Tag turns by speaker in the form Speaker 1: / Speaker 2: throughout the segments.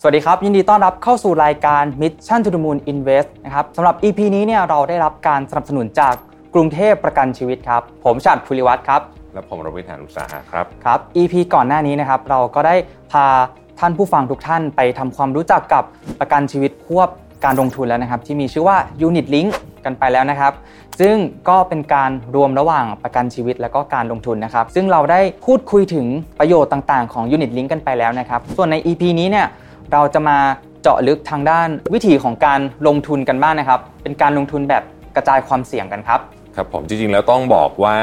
Speaker 1: สวัสดีครับ ยินดีต้อนรับเข้าสู่รายการ Mission to the Moon Invest นะครับสำหรับ EP นี้เนี่ยเราได้รับการสนับสนุนจากกรุงเทพประกันชีวิตครับ ผมชาติภูริวัตรครับ
Speaker 2: และผมรวิทยานุตสาหะครับ
Speaker 1: ครับ EP ก่อนหน้านี้นะครับเราก็ได้พาท่านผู้ฟังทุกท่านไปทำความรู้จักกับประกันชีวิตควบการลงทุนแล้วนะครับ ที่มีชื่อว่า Unit Link กันไปแล้วนะครับ ซึ่งก็เป็นการรวมระหว่างประกันชีวิตและก็การลงทุนนะครับ ซึ่งเราได้พูดคุยถึงประโยชน์ต่างๆของ Unit Link กันไปแล้วนะครับ ส่วนใน EP นี้เนี่ยเราจะมาเจาะลึกทางด้านวิธีของการลงทุนกันบ้างนะครับ เป็นการลงทุนแบบกระจายความเสี่ยงกันครับ
Speaker 2: ครับผมจริงๆแล้วต้องบอกว่า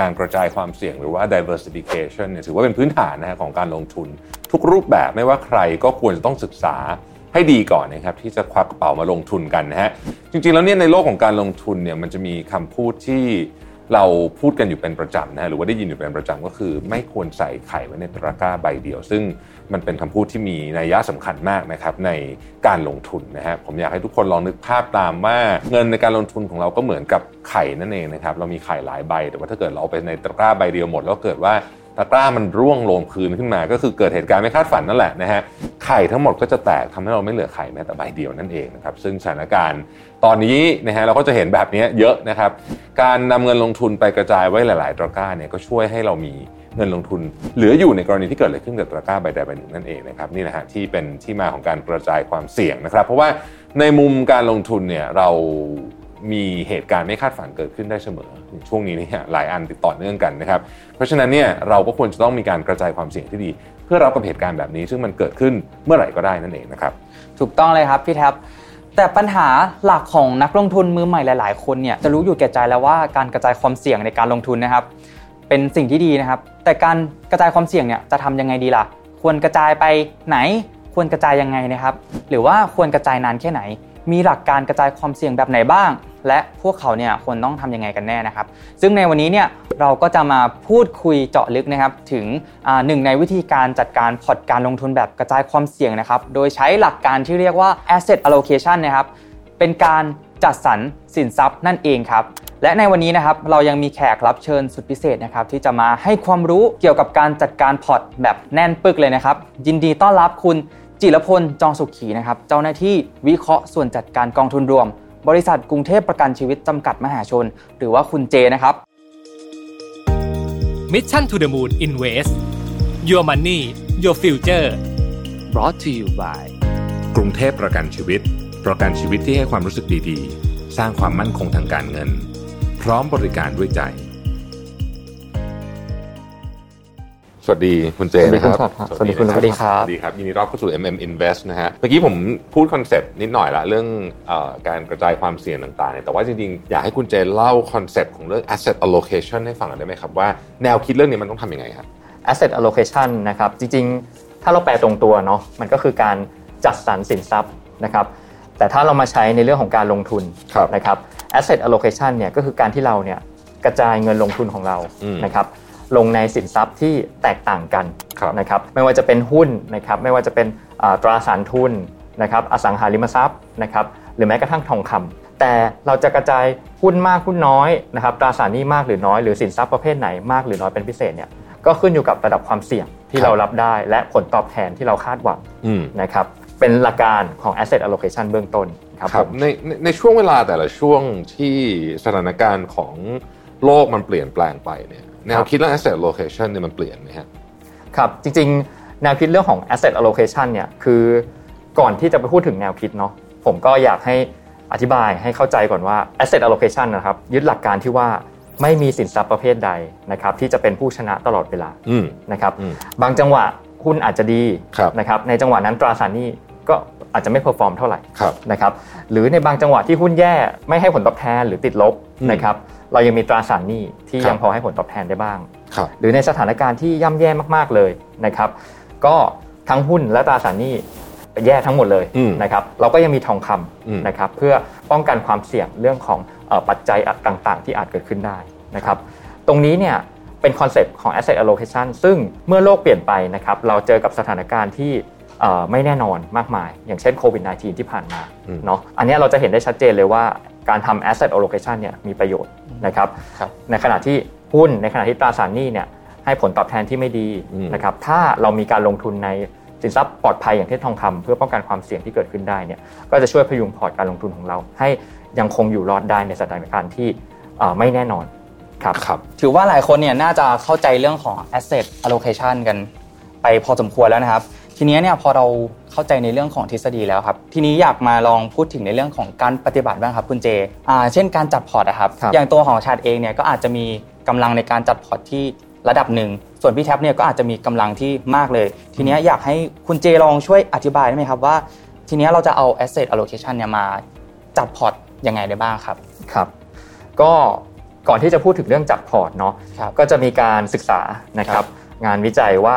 Speaker 2: การกระจายความเสี่ยงหรือว่า diversification เนี่ยถือว่าเป็นพื้นฐานนะฮะของการลงทุน ทุกรูปแบบไม่ว่าใครก็ควรจะต้องศึกษาให้ดีก่อนนะครับที่จะควักกระเป๋ามาลงทุนกันนะฮะจริงๆแล้วเนี่ยในโลกของการลงทุนเนี่ยมันจะมีคำพูดที่เราพูดกันอยู่เป็นประจำนะฮะหรือว่าได้ยินอยู่เป็นประจำก็คือ ไม่ควรใส่ไข่ไว้ในตะกร้าใบเดียว ซึ่งมันเป็นคำพูดที่มีนัยยะสำคัญมากนะครับในการลงทุนนะฮะผมอยากให้ทุกคนลองนึกภาพตามว่าเงินในการลงทุนของเราก็เหมือนกับไข่นั่นเองนะครับเรามีไข่หลายใบ แต่ว่าถ้าเกิดเราเอาไปในตะกร้าใบเดียวหมด แล้วเกิดว่าตะกร้ามันร่วงลงพื้นขึ้นมา ก็คือเกิดเหตุการณ์ไม่คาดฝันนั่นแหละนะฮะไข่ทั้งหมดก็จะแตกทำให้เราไม่เหลือไข่แม้แต่ใบเดียวนั่นเองนะครับซึ่งสถานการณ์ ตอนนี้นะฮะเราก็จะเห็นแบบนี้เยอะนะครับ การนำเงินลงทุนไปกระจายไว้หลาย ๆตะกร้าเนี่ยก็ช่วยให้เรามีเงินลงทุน เหลืออยู่ในกรณีที่เกิดอะไรขึ้นกับตะกร้าใบใดใบหนึ่งนั่นเองนะครับนี่นะฮะที่เป็นที่มาของการกระจายความเสี่ยงนะครับ เพราะว่าในมุมการลงทุนเนี่ยเรามีเหตุการณ์ไม่คาดฝันเกิดขึ้นได้เสมอช่วงนี้เนี่ยหลายอันติดต่อเนื่องกันนะครับ เพราะฉะนั้นเนี่ยเราก็ควรจะต้องมีการกระจายความเสี่ยงที่ดี เพื่อรับกับเหตุการณ์แบบนี้ ซึ่งมันเกิดขึ้นเมื่อไหร่ก็ได้นั่นเองนะครับ
Speaker 1: ถูกต้องเลยครับพี่แท็บแต่ปัญหาหลักของนักลงทุนมือใหม่หลาย ๆ คนเนี่ยจะรู้อยู่แก่ใจแล้วว่าการกระจายความเสี่ยงในการลงทุนนะครับ เป็นสิ่งที่ดีนะครับ แต่การกระจายความเสี่ยงเนี่ยจะทำยังไงดีล่ะ ควรกระจายไปไหน ควรกระจายยังไงนะครับ หรือว่าควรกระจายนานแค่ไหน มีหลักการกระจายความเสี่ยงแบบไหนบ้าง และพวกเขาเนี่ยควรต้องทำยังไงกันแน่นะครับ ซึ่งในวันนี้เนี่ยเราก็จะมาพูดคุยเจาะลึกนะครับถึงอ่าหนึ่งในวิธีการจัดการพอร์ตการลงทุนแบบกระจายความเสี่ยงนะครับ โดยใช้หลักการที่เรียกว่า asset allocation นะครับ เป็นการจัดสรรสินทรัพย์นั่นเองครับ และในวันนี้นะครับเรายังมีแขกรับเชิญสุดพิเศษนะครับที่จะมาให้ความรู้เกี่ยวกับการจัดการพอร์ตแบบแน่นปึกเลยนะครับ ยินดีต้อนรับคุณจิรพลจองสุขีนะครับเจ้าหน้าที่วิเคราะห์ส่วนจัดการกองทุนรวม บริษัทกรุงเทพประกันชีวิตจำกัดมหาชน หรือว่าคุณเจนะครับ
Speaker 3: Mission to the Moon Invest Your Money Your Future brought to you by
Speaker 2: กรุงเทพประกันชีวิต ประกันชีวิตที่ให้ความรู้สึกดีๆ สร้างความมั่นคงทางการเงิน พร้อมบริการด้วยใจ สวัสดีคุณเจนะ
Speaker 1: สวัสดีคุณ
Speaker 2: รับ
Speaker 1: ชัดครับสวัสดีคุณ
Speaker 2: นะ
Speaker 1: สวัสดีครับ
Speaker 2: สวัสดีครับ ยินดีต้อนรับเข้าสู่ MM Invest นะฮะ เมื่อกี้ผมพูดคอนเซปต์นิดหน่อยละเรื่องเออการกระจายความเสี่ยงต่างๆเนี่ยแต่ว่าจริงๆ อยากให้คุณเจเล่าคอนเซปต์ของเรื่อง asset allocation ให้ฟังหน่อยได้ไหมครับว่าแนวคิดเรื่องนี้มันต้องทำยังไงครับ
Speaker 4: asset allocation นะครับจริงๆ ถ้าเราแปลตรงตัวเนาะมันก็คือการจัดสรรสินทรัพย์นะครับแต่ถ้าเรามาใช้ในเรื่องของการลงทุน
Speaker 2: ครับ
Speaker 4: นะครับ asset allocation เนี่ยก็คือการที่เราเนี่ยกระจายเงินลงทุนของเรา
Speaker 2: อืม
Speaker 4: นะครับลงในสินทรัพย์ที่แตกต่างกัน
Speaker 2: ครับ
Speaker 4: นะครับไม่ว่าจะเป็นหุ้นนะครับไม่ว่าจะเป็นอ่าตราสารทุนนะครับอสังหาริมทรัพย์นะครับหรือแม้กระทั่งทองคำแต่เราจะกระจายหุ้นมากหุ้นน้อยนะครับตราสารหนี้มากหรือน้อยหรือสินทรัพย์ประเภทไหนมากหรือน้อยเป็นพิเศษเนี่ย ก็ขึ้นอยู่กับระดับความเสี่ยงที่เรารับได้และผลตอบแทนที่เราคาดหวัง
Speaker 2: อืม
Speaker 4: นะครับเป็นหลักการของ asset allocation เบื้องต้นครับ
Speaker 2: ครับ
Speaker 4: ผม
Speaker 2: ในในในช่วงเวลาแต่ละช่วงที่สถานการณ์ของโลกมันเปลี่ยนแปลงไปเนี่ยแนวคิดเรื่อง asset allocation เนี่ยมันเปลี่ยนไหมฮะ
Speaker 4: ครับจริงๆ แนวคิดเรื่องของ asset allocation เนี่ยคือก่อนที่จะไปพูดถึงแนวคิดเนาะผมก็อยากให้อธิบายให้เข้าใจก่อนว่า asset allocation นะครับยึดหลักการที่ว่าไม่มีสินทรัพย์ประเภทใดนะครับที่จะเป็นผู้ชนะตลอดเวลา
Speaker 2: อืม
Speaker 4: นะครับ
Speaker 2: อืม
Speaker 4: บางจังหวะหุ้นอาจจะดี
Speaker 2: ครับ
Speaker 4: นะครับในจังหวะนั้นตราสารหนี้ก็อาจจะไม่เพอร์ฟอร์มเท่าไหร่
Speaker 2: ครับ
Speaker 4: นะครับหรือในบางจังหวะที่หุ้นแย่ไม่ให้ผลตอบแทนหรือติดลบ
Speaker 2: อืม
Speaker 4: นะครับเรายังมีตราสารหนี้
Speaker 2: ค
Speaker 4: ที่
Speaker 2: รับ
Speaker 4: ยังพอให้ผลตอบแทนได้บ้าง
Speaker 2: ครับ
Speaker 4: หรือในสถานการณ์ที่ย่ำแย่มากๆเลยนะครับก็ทั้งหุ้นและตราสารหนี้แย่ทั้งหมดเลย
Speaker 2: อืม
Speaker 4: นะครับเราก็ยังมีทองค
Speaker 2: อืม
Speaker 4: ำนะครับเพื่อป้องกันความเสี่ยงเรื่องของเอ่อปัจจัยต่างๆ ที่อาจเกิดขึ้นได้นะครับตรงนี้เนี่ยเป็นคอนเซปต์ของ asset allocation ซึ่งเมื่อโลกเปลี่ยนไปนะครับเราเจอกับสถานการณ์ที่เอ่อไม่แน่นอนมากมาย อย่างเช่นโควิด -19 ที่ผ่านมา
Speaker 2: อืม
Speaker 4: เนาะอันเนี้ยเราจะเห็นได้ชัดเจนเลยว่าการทำ asset allocation เนี่ยมีประโยชน์นะครับ
Speaker 2: ครับ
Speaker 4: ในขณะที่หุ้นในขณะที่ตราสารหนี้เนี่ยให้ผลตอบแทนที่ไม่ดี
Speaker 2: อืม
Speaker 4: นะครับถ้าเรามีการลงทุนใน สินทรัพย์ปลอดภัยอย่างเช่นทองคำเพื่อป้องกันความเสี่ยงที่เกิดขึ้นได้เนี่ยก็จะช่วยพยุงพอร์ตการลงทุนของเรา ให้ยังคงอยู่รอดได้ในสถานการณ์ที่เอ่อไม่แน่นอนครับ
Speaker 2: ครับ
Speaker 1: ถือว่าหลายคนเนี่ยน่าจะเข้าใจเรื่องของ asset allocation กันไปพอสมควรแล้วนะครับ ทีนี้เนี่ยพอเราเข้าใจในเรื่องของทฤษฎีแล้วครับ ทีนี้อยากมาลองพูดถึงในเรื่องของการปฏิบัติบ้างครับคุณเจอ่าเช่นการจัดพอร์ตนะครับ
Speaker 4: ครับ
Speaker 1: อย่างตัวของชาติเองเนี่ยก็อาจจะมีกำลังในการจัดพอร์ตที่ระดับหนึ่ง ส่วนพี่แท็บเนี่ยก็อาจจะมีกำลังที่มากเลย ทีนี้อยากให้คุณเจลองช่วยอธิบายได้ไหมครับว่า ทีนี้เราจะเอา asset allocation เนี่ยมาจัดพอร์ตยังไงได้บ้างครับ
Speaker 4: ครับก็ก่อนที่จะพูดถึงเรื่องจัดพอร์ตเนาะ
Speaker 1: ครับ
Speaker 4: ก็จะมีการศึกษานะครับงานวิจัยว่า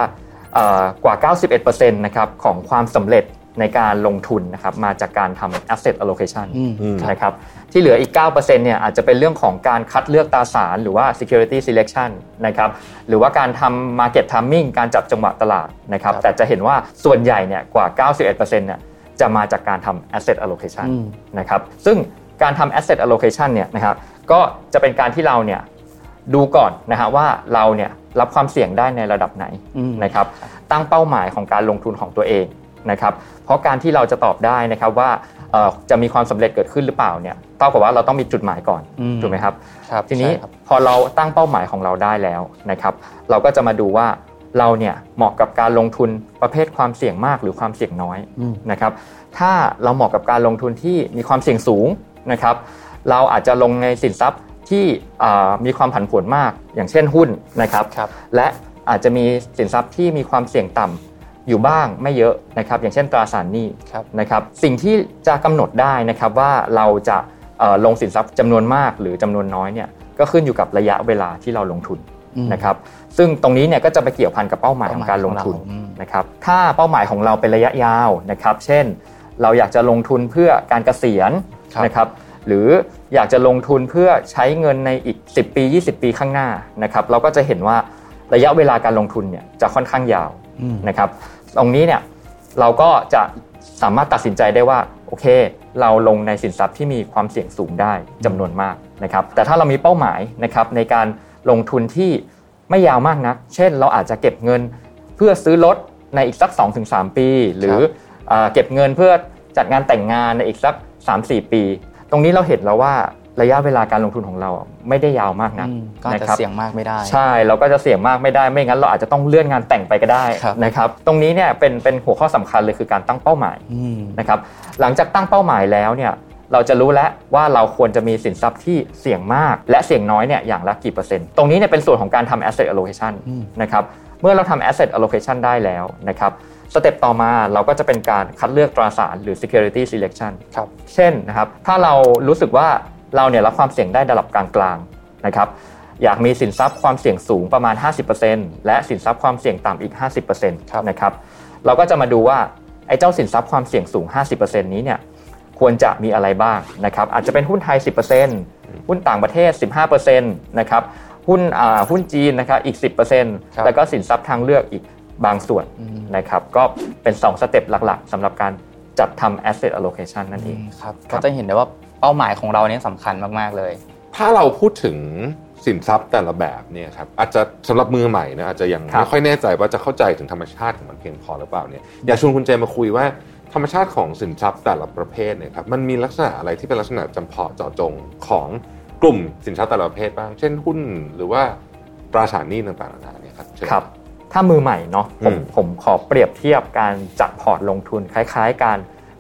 Speaker 4: เอ่อกว่า 91%นะครับของความสำเร็จในการลงทุนนะครับมาจากการทำ asset allocation
Speaker 1: อืม
Speaker 2: อืม
Speaker 4: นะครับที่เหลืออีก 9%เนี่ยอาจจะเป็นเรื่องของการคัดเลือกตราสารหรือว่า security selection นะครับหรือว่าการทำ market timing การจับจังหวะตลาดนะครับ
Speaker 1: ครับ
Speaker 4: แต่จะเห็นว่าส่วนใหญ่เนี่ยกว่า 91%เนี่ยจะมาจากการทำ asset allocation
Speaker 1: อืม
Speaker 4: นะครับซึ่งการทำ asset allocation เนี่ยนะครับก็จะเป็นการที่เราเนี่ยดูก่อนนะฮะว่าเราเนี่ยรับความเสี่ยงได้ในระดับไหน
Speaker 1: อืม
Speaker 4: นะครับตั้งเป้าหมายของการลงทุนของตัวเองนะครับเพราะการที่เราจะตอบได้นะครับว่าเอ่อจะมีความสำเร็จเกิดขึ้นหรือเปล่าเนี่ยเท่ากับว่าเราต้องมีจุดหมายก่อน
Speaker 1: อืม
Speaker 4: ถูกไหมครับ
Speaker 1: ครับ
Speaker 4: ทีนี้
Speaker 1: ใช่ครับ
Speaker 4: พอเราตั้งเป้าหมายของเราได้แล้วนะครับ เราก็จะมาดูว่าเราเนี่ยเหมาะกับการลงทุนประเภทความเสี่ยงมากหรือความเสี่ยงน้อย
Speaker 1: อืม
Speaker 4: นะครับ ถ้าเราเหมาะกับการลงทุนที่มีความเสี่ยงสูงนะครับ เราอาจจะลงในสินทรัพย์ที่อ่ามีความผันผวนมาก อย่างเช่นหุ้นนะครับ
Speaker 1: ครับ
Speaker 4: และอาจจะมีสินทรัพย์ที่มีความเสี่ยงต่ำอยู่บ้างไม่เยอะนะครับ อย่างเช่นตราสารหนี้
Speaker 1: ครับ
Speaker 4: นะครับสิ่งที่จะกำหนดได้นะครับว่าเราจะเอ่อลงสินทรัพย์จำนวนมากหรือจำนวนน้อยเนี่ยก็ขึ้นอยู่กับระยะเวลาที่เราลงทุน
Speaker 1: อืม
Speaker 4: นะครับซึ่งตรงนี้เนี่ยก็จะไปเกี่ยวพันกับเป้าหมายของการลงทุน
Speaker 1: อืม
Speaker 4: นะครับถ้าเป้าหมายของเราเป็นระยะยาวนะครับ เช่น เราอยากจะลงทุนเพื่อการเกษียณ
Speaker 1: ครับ
Speaker 4: นะครับ หรืออยากจะลงทุนเพื่อใช้เงินในอีก 10 ปี 20 ปีข้างหน้านะครับ เราก็จะเห็นว่าระยะเวลาการลงทุนเนี่ยจะค่อนข้างยาว
Speaker 1: อืม
Speaker 4: นะครับ ตรงนี้เนี่ยเราก็จะสามารถตัดสินใจได้ว่าโอเค เราลงในสินทรัพย์ที่มีความเสี่ยงสูงได้จำนวนมากนะครับ แต่ถ้าเรามีเป้าหมายนะครับในการลงทุนที่ไม่ยาวมากนัก เช่น เราอาจจะเก็บเงิน เพื่อซื้อรถในอีกสัก 2-3 ปี หรือเอ่อเก็บเงินเพื่อจัดงานแต่งงานในอีกสัก 3-4 ปี ตรงนี้เราเห็นแล้วว่าระยะเวลาการลงทุนของเราไม่ได้ยาวมากนัก
Speaker 1: อืมก็อาจ
Speaker 4: นะ
Speaker 1: จะ
Speaker 4: ครับ
Speaker 1: เสี่ยงมากไม่ได้
Speaker 4: ใช่เราก็จะเสี่ยงมากไม่ได้ไม่งั้นเราอาจจะต้องเลื่อนงานแต่งไปก็ได้
Speaker 1: ครับ
Speaker 4: นะครับตรงนี้เนี่ยเป็นเป็นหัวข้อสำคัญเลยคือการตั้งเป้าหมาย
Speaker 1: อืม
Speaker 4: นะครับหลังจากตั้งเป้าหมายแล้วเนี่ยเราจะรู้แล้วว่าเราควรจะมีสินทรัพย์ที่เสี่ยงมาก และเสี่ยงน้อยเนี่ยอย่างละกี่เปอร์เซ็นต์ตรงนี้เนี่ยเป็นส่วนของการทำ asset allocation
Speaker 1: อืม
Speaker 4: นะครับเมื่อเราทำ asset allocation ได้แล้วนะครับสเต็ปต่อมาเราก็จะเป็นการคัดเลือกตราสารหรือ security selection
Speaker 1: ครับ
Speaker 4: เช่นนะครับถ้าเรารู้สึกว่าเราเนี่ยรับความเสี่ยงได้ระดับกลางๆนะครับอยากมีสินทรัพย์ความเสี่ยงสูงประมาณ 50%และสินทรัพย์ความเสี่ยงต่ำอีก 50%
Speaker 1: ครับ
Speaker 4: นะครับเราก็จะมาดูว่าไอ้เจ้าสินทรัพย์ความเสี่ยงสูง 50%นี้เนี่ยควรจะมีอะไรบ้างนะครับอาจจะเป็นหุ้นไทย 10%หุ้นต่างประเทศ 15%นะครับหุ้นอ่าหุ้นจีนนะครับอีก
Speaker 1: ครับ
Speaker 4: 10%แล้วก็สินทรัพย์ทางเลือกอีกบางส่วน
Speaker 1: อืม
Speaker 4: นะครับก็เป็นสองสเต็ปหลักๆสำหรับการจัดทำ asset allocation นั่นเอง
Speaker 1: ครับ ก็จะเห็นได้ว่าเป้าหมายของเราเนี่ยสำคัญมาก ๆ เลย
Speaker 2: ถ้าเราพูดถึงสินทรัพย์แต่ละแบบเนี่ยครับอาจจะสำหรับมือใหม่นะอาจจะยัง
Speaker 4: ครับ
Speaker 2: ไม่ค่อยแน่ใจว่าจะเข้าใจถึงธรรมชาติของมันเพียงพอหรือเปล่าเนี่ยอยากชวนคุณเจมาคุยว่าธรรมชาติของสินทรัพย์แต่ละประเภทเนี่ยครับมันมีลักษณะอะไรที่เป็นลักษณะจำเพาะเจาะจงของกลุ่มสินทรัพย์แต่ละประเภทบ้าง เช่นหุ้นหรือว่าตราสารหนี้ต่างๆนานาเนี่ยครับเชิญ
Speaker 4: ครับ ถ้ามือใหม่เนาะผม
Speaker 2: อืม
Speaker 4: ผมขอเปรียบเทียบการจัดพอร์ตลงทุนคล้ายๆ การ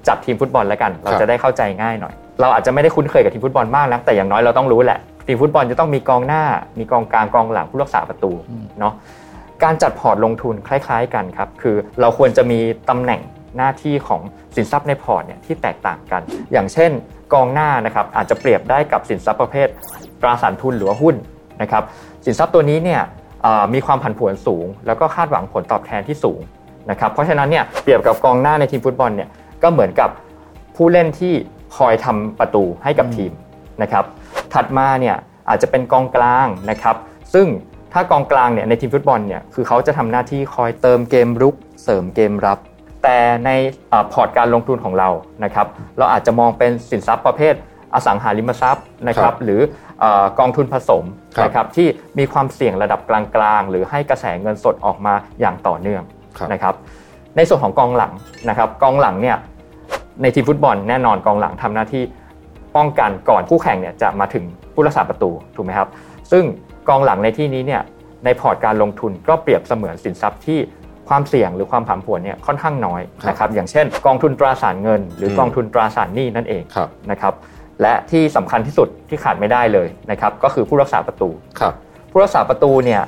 Speaker 4: จัดทีมฟุตบอลแล้วกัน เรา
Speaker 2: ครับ
Speaker 4: จะได้เข้าใจง่ายหน่อย เราอาจจะไม่ได้คุ้นเคยกับทีมฟุตบอลมากนะแต่อย่างน้อยเราต้องรู้แหละทีมฟุตบอลจะต้องมีกองหน้า มีกองกลางกองหลังผู้รักษาประตู
Speaker 1: อืม
Speaker 4: เนาะการจัดพอร์ตลงทุนคล้าย ๆ กันครับคือเราควรจะมีตำแหน่งหน้าที่ของสินทรัพย์ในพอร์ตเนี่ยที่แตกต่างกัน อย่างเช่น กองหน้านะครับอาจจะเปรียบได้กับสินทรัพย์ประเภท ตราสารทุนหรือว่าหุ้นนะครับสินทรัพย์ตัวนี้เนี่ยเอ่อมีความผันผวนสูง แล้วก็คาดหวังผลตอบแทนที่สูงนะครับเพราะฉะนั้นเนี่ยเปรียบกับกองหน้าในทีมฟุตบอลเนี่ยก็เหมือนกับผู้เล่นที่คอยทำประตูให้กับทีมนะครับถัดมาเนี่ยอาจจะเป็นกองกลางนะครับซึ่งถ้ากองกลางเนี่ยในทีมฟุตบอลเนี่ยคือเขาจะทำหน้าที่คอยเติมเกมรุกเสริมเกมรับ แต่ในเอ่อพอร์ตการลงทุนของเรานะครับเราอาจจะมองเป็นสินทรัพย์ประเภทอสังหาริมทรัพย์นะค
Speaker 2: ครั
Speaker 4: รับ บ หรือเอ่อกองทุนผสม
Speaker 2: ครับ
Speaker 4: นะครับที่มีความเสี่ยงระดับกลางๆ หรือให้กระแสเงินสดออกมาอย่างต่อเนื่อง
Speaker 2: ครับ
Speaker 4: นะครับ ในส่วนของกองหลังนะครับกองหลังเนี่ยในทีมฟุตบอลแน่นอนกองหลังทำหน้าที่ป้องกันก่อนคู่แข่งเนี่ยจะมาถึงผู้รักษาประตูถูกไหมครับซึ่งกองหลังในที่นี้เนี่ยในพอร์ตการลงทุนก็เปรียบเสมือนสินทรัพย์ที่ความเสี่ยงหรือความผันผวนเนี่ยค่อนข้างน้อยนะครับอย่างเช่น กองทุนตราสารเงิน หรืออ
Speaker 2: ม
Speaker 4: กองทุนตราสารหนี้นั่นเอง
Speaker 2: ครับ
Speaker 4: นะครับและที่สำคัญที่สุดที่ขาดไม่ได้เลยนะครับก็คือผู้รักษาประตู
Speaker 2: ครับ
Speaker 4: ผู้รักษาประตูเนี่ย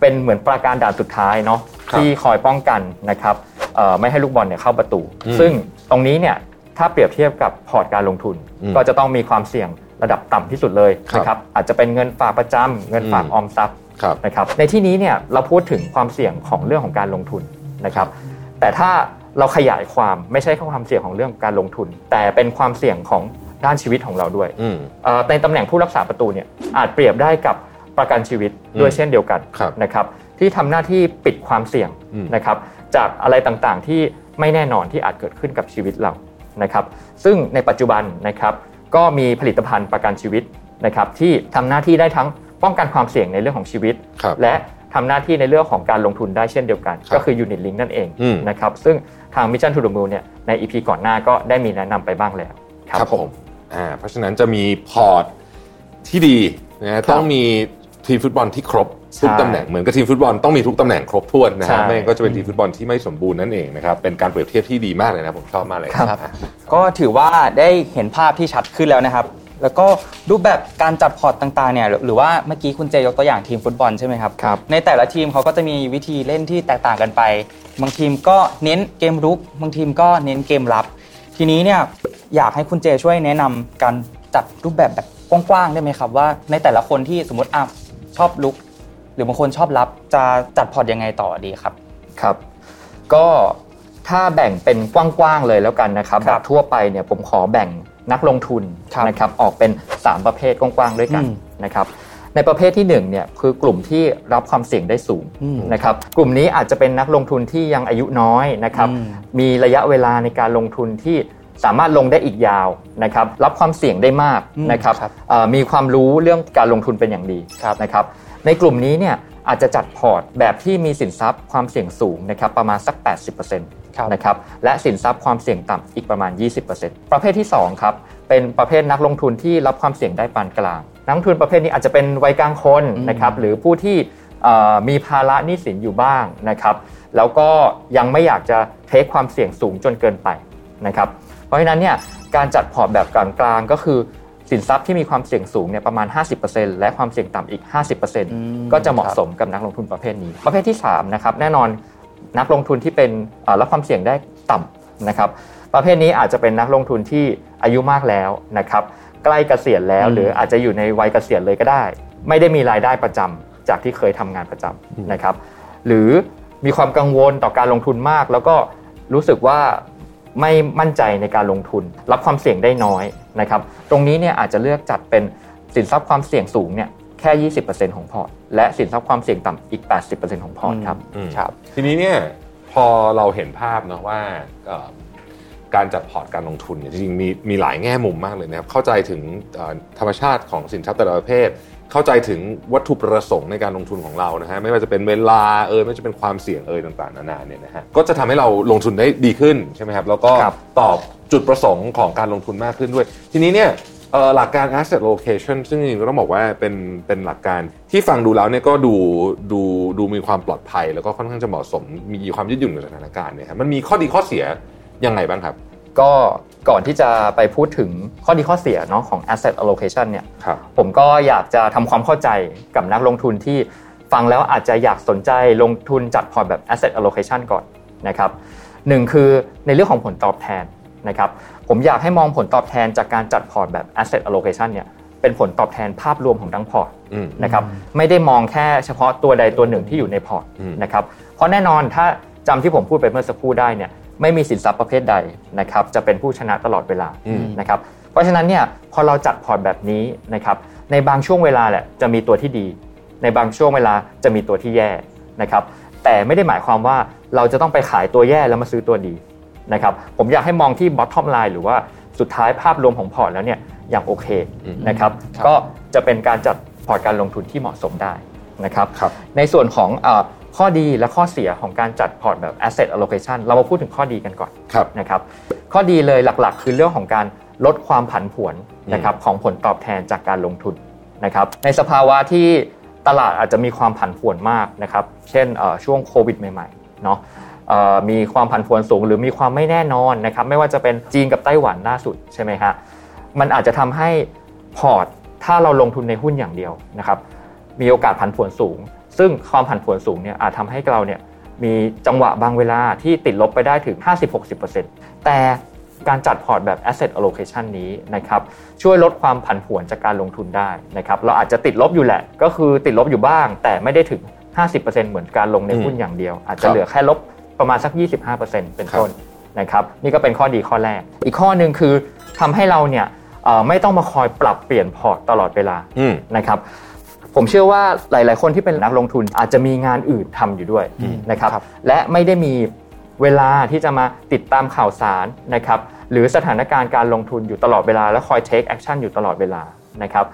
Speaker 4: เป็นเหมือนปราการด่านสุดท้ายเนาะ
Speaker 2: ครับ
Speaker 4: ที่คอยป้องกันนะครับเอ่อไม่ให้ลูกบอลเนี่ยเข้าประตู
Speaker 2: อืม
Speaker 4: ซึ่งตรงนี้เนี่ยถ้าเปรียบเทียบกับพอร์ตการลงทุน
Speaker 2: อืม
Speaker 4: ก็จะต้องมีความเสี่ยงระดับต่ำที่สุดเลย
Speaker 2: ครับ
Speaker 4: นะครับอาจจะเป็นเงินฝากประจำเงินฝาก
Speaker 2: อืม
Speaker 4: ออมทรัพย์
Speaker 2: ครับ
Speaker 4: นะครับในที่นี้เนี่ยเราพูดถึงความเสี่ยงของเรื่องของการลงทุนนะครับ แต่ถ้าเราขยายความไม่ใช่แค่ความเสี่ยงของเรื่องการลงทุน แต่เป็นความเสี่ยงของด้านชีวิตของเราด้วย
Speaker 2: อืม
Speaker 4: เอ่อในตำแหน่งผู้รักษาประตูเนี่ยอาจเปรียบได้กับประกันชีวิต
Speaker 2: อืม
Speaker 4: ด้วยเช่นเดียวกัน
Speaker 2: ครับ
Speaker 4: นะครับที่ทำหน้าที่ปิดความเสี่ยง
Speaker 2: อืม
Speaker 4: นะครับจากอะไรต่างๆที่ไม่แน่นอนที่อาจเกิดขึ้นกับชีวิตเรานะครับ ซึ่งในปัจจุบันนะครับก็มีผลิตภัณฑ์ประกันชีวิตนะครับที่ทำหน้าที่ได้ทั้งป้องกันความเสี่ยงในเรื่องของชีวิต
Speaker 2: ครับ
Speaker 4: และทำหน้าที่ในเรื่องของการลงทุนได้เช่นเดียวกัน
Speaker 2: ครับ
Speaker 4: ก็คือ Unit Link นั่นเอง
Speaker 2: อืม
Speaker 4: นะครับซึ่งทาง Mission to the Moon เนี่ยใน EP ก่อนหน้าก็ได้มีแนะนำไปบ้างแล้ว
Speaker 2: ครับผมอ่าเพราะฉะนั้นจะมีพอร์ตที่ดีนะต้องมีทีมฟุตบอลที่ครบทุก
Speaker 4: ใช่
Speaker 2: ตำแหน่งเหมือนกับทีมฟุตบอลต้องมีทุกตำแหน่งครบถ้วนนะฮะ
Speaker 4: ใช่
Speaker 2: ไม่งั้นก็จะเป็นทีมฟุตบอลที่ไม่สมบูรณ์นั่นเองนะครับเป็นการเปรียบเทียบที่ดีมากเลยนะผมชอบมากเลย
Speaker 4: ครับ
Speaker 2: อ่ะ
Speaker 1: ก็ถือว่าได้เห็นภาพที่ชัดขึ้นแล้วนะครับ แล้วก็รูปแบบการจัดพอร์ตต่างๆเนี่ยหรือหรือว่าเมื่อกี้คุณเจยกตัวอย่างทีมฟุตบอลใช่ไหมครับ
Speaker 4: ครับ
Speaker 1: ในแต่ละทีมเขาก็จะมีวิธีเล่นที่แตกต่างกันไป บางทีมก็เน้นเกมรุก บางทีมก็เน้นเกมรับ ทีนี้เนี่ยอยากให้คุณเจช่วยแนะนำการจัดรูปแบบแบบกว้างๆได้ไหมครับ ว่าในแต่ละคนที่สมมติอ่ะชอบลุก หรือบางคนชอบรับจะจัดพอร์ตยังไงต่อดีครับ
Speaker 4: ครับก็ถ้าแบ่งเป็นกว้างๆเลยแล้วกันนะครับ
Speaker 1: ครับ
Speaker 4: แบบทั่วไปเนี่ยผมขอแบ่งนักลงทุน
Speaker 1: ครับ
Speaker 4: นะครับออกเป็น 3 ประเภทกว้างๆด้วยกัน
Speaker 1: อืม
Speaker 4: นะครับในประเภทที่1เนี่ยคือกลุ่มที่รับความเสี่ยงได้สูง
Speaker 1: อืม
Speaker 4: นะครับกลุ่มนี้อาจจะเป็นนักลงทุนที่ยังอายุน้อยนะครับ
Speaker 1: อืม
Speaker 4: มีระยะเวลาในการลงทุนที่สามารถลงได้อีกยาวนะครับรับความเสี่ยงได้มาก
Speaker 1: อืม
Speaker 4: นะครับ
Speaker 1: ครับ
Speaker 4: เอ่อมีความรู้เรื่องการลงทุนเป็นอย่างดี
Speaker 1: ครับ
Speaker 4: นะครับ ในกลุ่มนี้เนี่ยอาจจะจัดพอร์ตแบบที่มีสินทรัพย์ความเสี่ยงสูงนะครับประมาณสัก 80%น
Speaker 1: ครับ
Speaker 4: ะครับและสินทรัพย์ความเสี่ยงต่ำอีกประมาณ 20%ประเภทที่2ครับเป็นประเภทนักลงทุนที่รับความเสี่ยงได้ปานกลาง นักลงทุนประเภทนี้อาจจะเป็นวัยกลางคนนะครับหรือผู้ที่เอ่อมีภาระหนี้สินอยู่บ้างนะครับแล้วก็ยังไม่อยากจะเทคความเสี่ยงสูงจนเกินไปนะครับเพราะฉะนั้นเนี่ยการจัดพอร์ตแบบกลางๆก็คือ สินทรัพย์ที่มีความเสี่ยงสูงเนี่ยประมาณ 50%และความเสี่ยงต่ำอีก
Speaker 1: ม
Speaker 4: 50%ก็จะเหมาะสมกับนักลงทุนประเภทนี้ ประเภทที่3นะครับแน่นอนนักลงทุนที่เป็นเอ่อรับความเสี่ยงได้ต่ำนะครับประเภทนี้อาจจะเป็นนักลงทุนที่อายุมากแล้วนะครับใกล้เกษียณแล้ว หรืออาจจะอยู่ในวัยเกษียณเลยก็ได้ ไม่ได้มีรายได้ประจำจากที่เคยทำงานประจำนะครับ หรือมีความกังวลต่อการลงทุนมาก แล้วก็รู้สึกว่าไม่มั่นใจในการลงทุน รับความเสี่ยงได้น้อยนะครับตรงนี้เนี่ยอาจจะเลือกจัดเป็นสินทรัพย์ความเสี่ยงสูงเนี่ยแค่ 20%ของพอร์ตและสินทรัพย์ความเสี่ยงต่ำอีก 80%ของพอร์ตครับ
Speaker 2: อืม
Speaker 1: ครับ
Speaker 2: ทีนี้เนี่ยพอเราเห็นภาพเนอะว่าเอ่อการจัดพอร์ตการลงทุนเนี่ยจริงๆมีมีหลายแง่มุมมากเลยนะครับเข้าใจถึงเอ่อธรรมชาติของสินทรัพย์แต่ละประเภท เข้าใจถึงวัตถุประสงค์ในการลงทุนของเรานะฮะไม่ว่าจะเป็นเวลาเอยไม่ว่าจะเป็นความเสี่ยงเอยต่างๆนานาเนี่ยนะฮะก็จะทำให้เราลงทุนได้ดีขึ้นใช่ไหมครับแล้วก็
Speaker 4: ครับ
Speaker 2: ตอบจุดประสงค์ของการลงทุนมากขึ้นด้วย ทีนี้เนี่ยเอ่อหลักการ asset location ซึ่งจริงๆก็ต้องบอกว่าเป็นเป็นหลักการที่ฟังดูแล้วเนี่ยก็ดูดูดูมีความปลอดภัย แล้วก็ค่อนข้างจะเหมาะสม มีความยืดหยุ่นกับสถานการณ์เนี่ยครับมันมีข้อดีข้อเสียยังไงบ้างครับ
Speaker 4: ก็ก่อนที่จะไปพูดถึงข้อดีข้อเสียเนาะของ asset allocation เนี่ย
Speaker 2: ครับ
Speaker 4: ผมก็อยากจะทำความเข้าใจกับนักลงทุนที่ฟังแล้วอาจจะอยากสนใจลงทุนจัดพอร์ตแบบ asset allocation ก่อนนะครับหนึ่งคือในเรื่องของผลตอบแทนนะครับผมอยากให้มองผลตอบแทนจากการจัดพอร์ตแบบ asset allocation เนี่ยเป็นผลตอบแทนภาพรวมของทั้งพอร์ต
Speaker 2: อืม
Speaker 4: นะครับไม่ได้มองแค่เฉพาะตัวใดตัวหนึ่งที่อยู่ในพอร์ต
Speaker 2: อืม
Speaker 4: นะครับเพราะแน่นอนถ้าจำที่ผมพูดไปเมื่อสักครู่ได้เนี่ยไม่มีสินทรัพย์ประเภทใดนะครับจะเป็นผู้ชนะตลอดเวลา
Speaker 2: อืม
Speaker 4: นะครับเพราะฉะนั้นเนี่ยพอเราจัดพอร์ตแบบนี้นะครับในบางช่วงเวลาแหละจะมีตัวที่ดี ในบางช่วงเวลาจะมีตัวที่แย่นะครับแต่ไม่ได้หมายความว่าเราจะต้องไปขายตัวแย่แล้วมาซื้อตัวดีนะครับผมอยากให้มองที่ bottom line หรือว่าสุดท้ายภาพรวมของพอร์ตแล้วเนี่ยอย่างโอเค
Speaker 2: อืม
Speaker 4: นะครับ
Speaker 1: ครับ
Speaker 4: ก็จะเป็นการจัดพอร์ตการลงทุนที่เหมาะสมได้นะครับ
Speaker 2: ครับ
Speaker 4: ในส่วนของเอ่อ ข้อดีและข้อเสียของการจัดพอร์ตแบบ asset allocation เรามาพูดถึงข้อดีกันก่อน
Speaker 2: ครับ
Speaker 4: นะครับข้อดีเลยหลักๆ คือเรื่องของการลดความผันผวนนะครับของผลตอบแทนจากการลงทุนนะครับในสภาวะที่ตลาดอาจจะมีความผันผวนมากนะครับเช่นเอ่อช่วงโควิดใหม่ๆเนาะเอ่อมีความผันผวนสูงหรือมีความไม่แน่นอนนะครับไม่ว่าจะเป็นจีนกับไต้หวันล่าสุดใช่ไหมฮะมันอาจจะทำให้พอร์ตถ้าเราลงทุนในหุ้นอย่างเดียวนะครับมีโอกาสผันผวนสูง ซึ่งความผันผวนสูงเนี่ยอาจทำให้เราเนี่ย มีจังหวะบางเวลาที่ติดลบไปได้ถึง 50-60%แต่การจัดพอร์ตแบบ asset allocation นี้นะครับช่วยลดความผันผวนจากการลงทุนได้นะครับเราอาจจะติดลบอยู่แหละ ก็คือติดลบอยู่บ้าง แต่ไม่ได้ถึง 50%เหมือนการลงในหุ้นอย่างเดียว อาจจะเหลือแค่ลบประมาณสัก 25%เป็นต้นนะครับนี่ก็เป็นข้อดีข้อแรก อีกข้อหนึ่งคือทำให้เราเนี่ยเอ่อไม่ต้องมาคอยปรับเปลี่ยนพอร์ตตลอดเวลา
Speaker 2: อืม
Speaker 4: นะครับผมเชื่อว่าหลาย ๆ คนที่เป็นนักลงทุนอาจจะมีงานอื่นทำอยู่ด้วย
Speaker 2: อืม
Speaker 4: นะครับและไม่ได้มีเวลาที่จะมาติดตามข่าวสารนะครับหรือสถานการณ์การลงทุนอยู่ตลอดเวลา และคอย take action อยู่ตลอดเวลานะครับ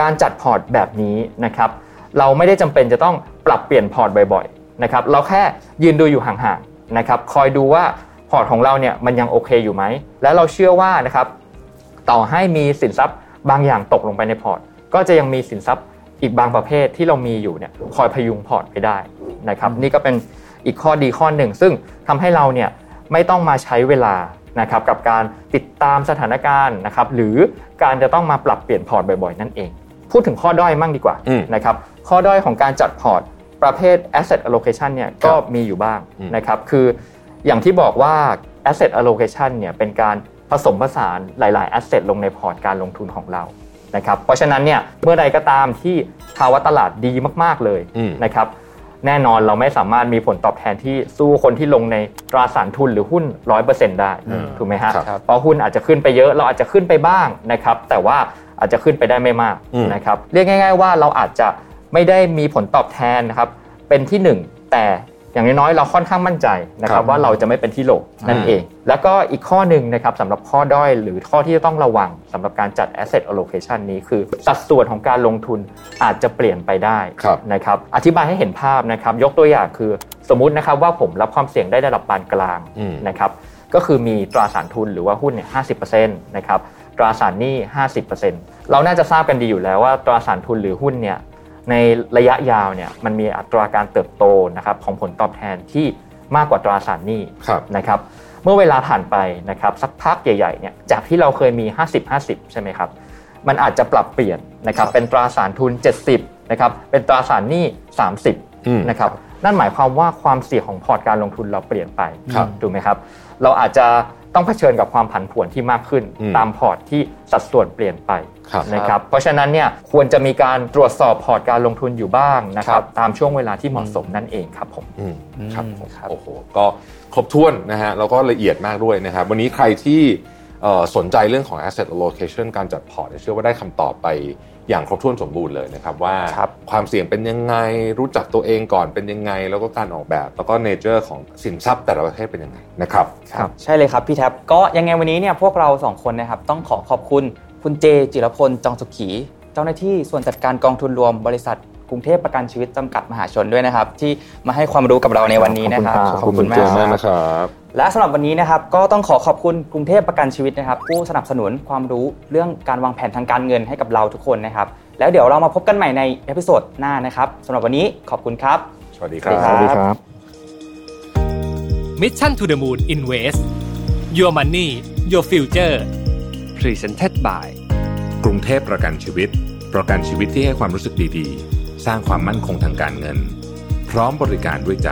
Speaker 4: การจัดพอร์ตแบบนี้นะครับเราไม่ได้จำเป็นจะต้องปรับเปลี่ยนพอร์ตบ่อย ๆ นะครับเราแค่ยืนดูอยู่ห่าง ๆ นะครับคอยดูว่าพอร์ตของเราเนี่ยมันยังโอเคอยู่ไหมและเราเชื่อว่านะครับ ต่อให้มีสินทรัพย์บางอย่างตกลงไปในพอร์ต ก็จะยังมีสินทรัพย์อีกบางประเภทที่เรามีอยู่เนี่ยคอยพยุงพอร์ตไปได้นะครับนี่ก็เป็นอีกข้อดีข้อหนึ่ง ซึ่งทำให้เราเนี่ยไม่ต้องมาใช้เวลานะครับกับการติดตามสถานการณ์นะครับหรือการจะต้องมาปรับเปลี่ยนพอร์ตบ่อยๆ นั่นเอง พูดถึงข้อด้อยมั่งดีกว่า
Speaker 2: อืม
Speaker 4: นะครับข้อด้อยของการจัดพอร์ตประเภท asset allocation เนี่ยก็มีอยู่บ้าง
Speaker 2: อืม
Speaker 4: นะครับคือ อย่างที่บอกว่า asset allocation เนี่ยเป็นการผสมผสานหลาย ๆ asset ลงในพอร์ตการลงทุนของเรานะครับเพราะฉะนั้นเนี่ยเมื่อใดก็ตามที่ภาวะตลาดดีมาก ๆ เลย
Speaker 2: อืม
Speaker 4: นะครับแน่นอนเราไม่สามารถมีผลตอบแทนที่สู้คนที่ลงในตราสารทุนหรือหุ้น 100%ได้
Speaker 2: อืม
Speaker 4: ถูกไหมฮะ
Speaker 2: ครับ
Speaker 1: ครับ
Speaker 4: เพราะหุ้นอาจจะขึ้นไปเยอะเราอาจจะขึ้นไปบ้างนะครับแต่ว่าอาจจะขึ้นไปได้ไม่มาก
Speaker 2: อืม
Speaker 4: นะครับเรียกง่าย ๆ ว่าเราอาจจะไม่ได้มีผลตอบแทนนะครับเป็นที่หนึ่งแต่อย่างน้อยๆเราค่อนข้างมั่นใจนะค
Speaker 2: ครั
Speaker 4: รับบ ว่า ว่าเราจะไม่เป็นที่โหลนั่นเอง แล้วก็อีกข้อหนึ่งนะครับสำหรับข้อด้อยหรือข้อที่จะต้องระวังสำหรับการจัด asset allocation นี้คือ สัดส่วนของการลงทุนอาจจะเปลี่ยนไปได้
Speaker 2: ครับ
Speaker 4: นะครับอธิบายให้เห็นภาพนะครับ ยกตัวอย่างคือสมมุตินะครับว่าผมรับความเสี่ยงได้ระดับปานกลาง
Speaker 2: อืม
Speaker 4: นะครับก็คือมีตราสารทุนหรือว่าหุ้นเนี่ยห้าสิบเปอร์เซ็นต์นะครับตราสารหนี้ห้าสิบเปอร์เซ็นต์เราน่าจะทราบกันดีอยู่แล้วว่าตราสารทุนหรือหุ้นเนี่ย ในระยะยาวเนี่ยมันมีอัตราการเติบโตนะครับของผลตอบแทนที่มากกว่าตราสารหนี้
Speaker 2: ครับ
Speaker 4: นะครับเมื่อเวลาผ่านไปนะครับสักพักใหญ่ๆเนี่ยจากที่เราเคยมี 50-50 ใช่ไหมครับ มันอาจจะปรับเปลี่ยนนะครับเป็นตราสารทุน 70นะครับเป็นตราสารหนี้
Speaker 2: อืม
Speaker 4: 30นะครับนั่นหมายความว่าความเสี่ยงของพอร์ตการลงทุนเราเปลี่ยนไป
Speaker 2: ครับ
Speaker 4: ถูกไหมครับเราอาจจะต้องเผชิญกับความผันผวนที่มากขึ้น
Speaker 2: อืม
Speaker 4: ตามพอร์ตที่สัดส่วนเปลี่ยนไป
Speaker 2: ครับ
Speaker 4: นะครับเพราะฉะนั้นเนี่ยควรจะมีการตรวจสอบพอร์ตการลงทุนอยู่บ้างนะค
Speaker 2: ครั
Speaker 4: รับ
Speaker 2: บ
Speaker 4: ตามช่วงเวลาที่เหมาะสมนั่นเองครับผม
Speaker 2: อืมครับผม
Speaker 1: ครับ
Speaker 2: โอ้โหก็ครบถ้วนนะฮะแล้วก็ละเอียดมากด้วยนะครับ วันนี้ใครที่เอ่อสนใจเรื่องของ asset allocation การจัดพอร์ตเนี่ยเชื่อว่าได้คำตอบไปอย่างครบถ้วนสมบูรณ์เลยนะครับ ว่า
Speaker 1: ครับ
Speaker 2: ความเสี่ยงเป็นยังไง รู้จักตัวเองก่อนเป็นยังไง แล้วก็การออกแบบ แล้วก็ nature ของสินทรัพย์แต่ละประเทศเป็นยังไงนะครับ
Speaker 4: ครับ
Speaker 1: ใช่เลยครับพี่แท็บก็ยังไงวันนี้เนี่ยพวกเราสองคนนะครับต้องขอขอบคุณคุณเจ จิรพลจองสุขี เจ้าหน้าที่ส่วนจัดการกองทุนรวมบริษัท กรุงเทพประกันชีวิตจำกัดมหาชนด้วยนะครับ ที่มาให้ความรู้กับเราในวันนี้นะครับ
Speaker 4: ขอบคุณครับ
Speaker 1: ครับ
Speaker 2: บ
Speaker 1: และสำหรับวันนี้นะครับก็ต้องขอขอบคุณกรุงเทพประกันชีวิตนะครับ ผู้สนับสนุนความรู้เรื่องการวางแผนทางการเงินให้กับเราทุกคนนะครับ แล้วเดี๋ยวเรามาพบกันใหม่ในเอพิโซดหน้านะครับสำหรับวันนี้ขอบคุณครับ
Speaker 2: สวัสดีครับ
Speaker 1: สวัสดีครับ
Speaker 3: Mission to the Moon Invest Your Money Your Future Presented by
Speaker 2: กรุงเทพประกันชีวิต ประกันชีวิตที่ให้ความรู้สึกดีๆ สร้างความมั่นคงทางการเงิน พร้อมบริการด้วยใจ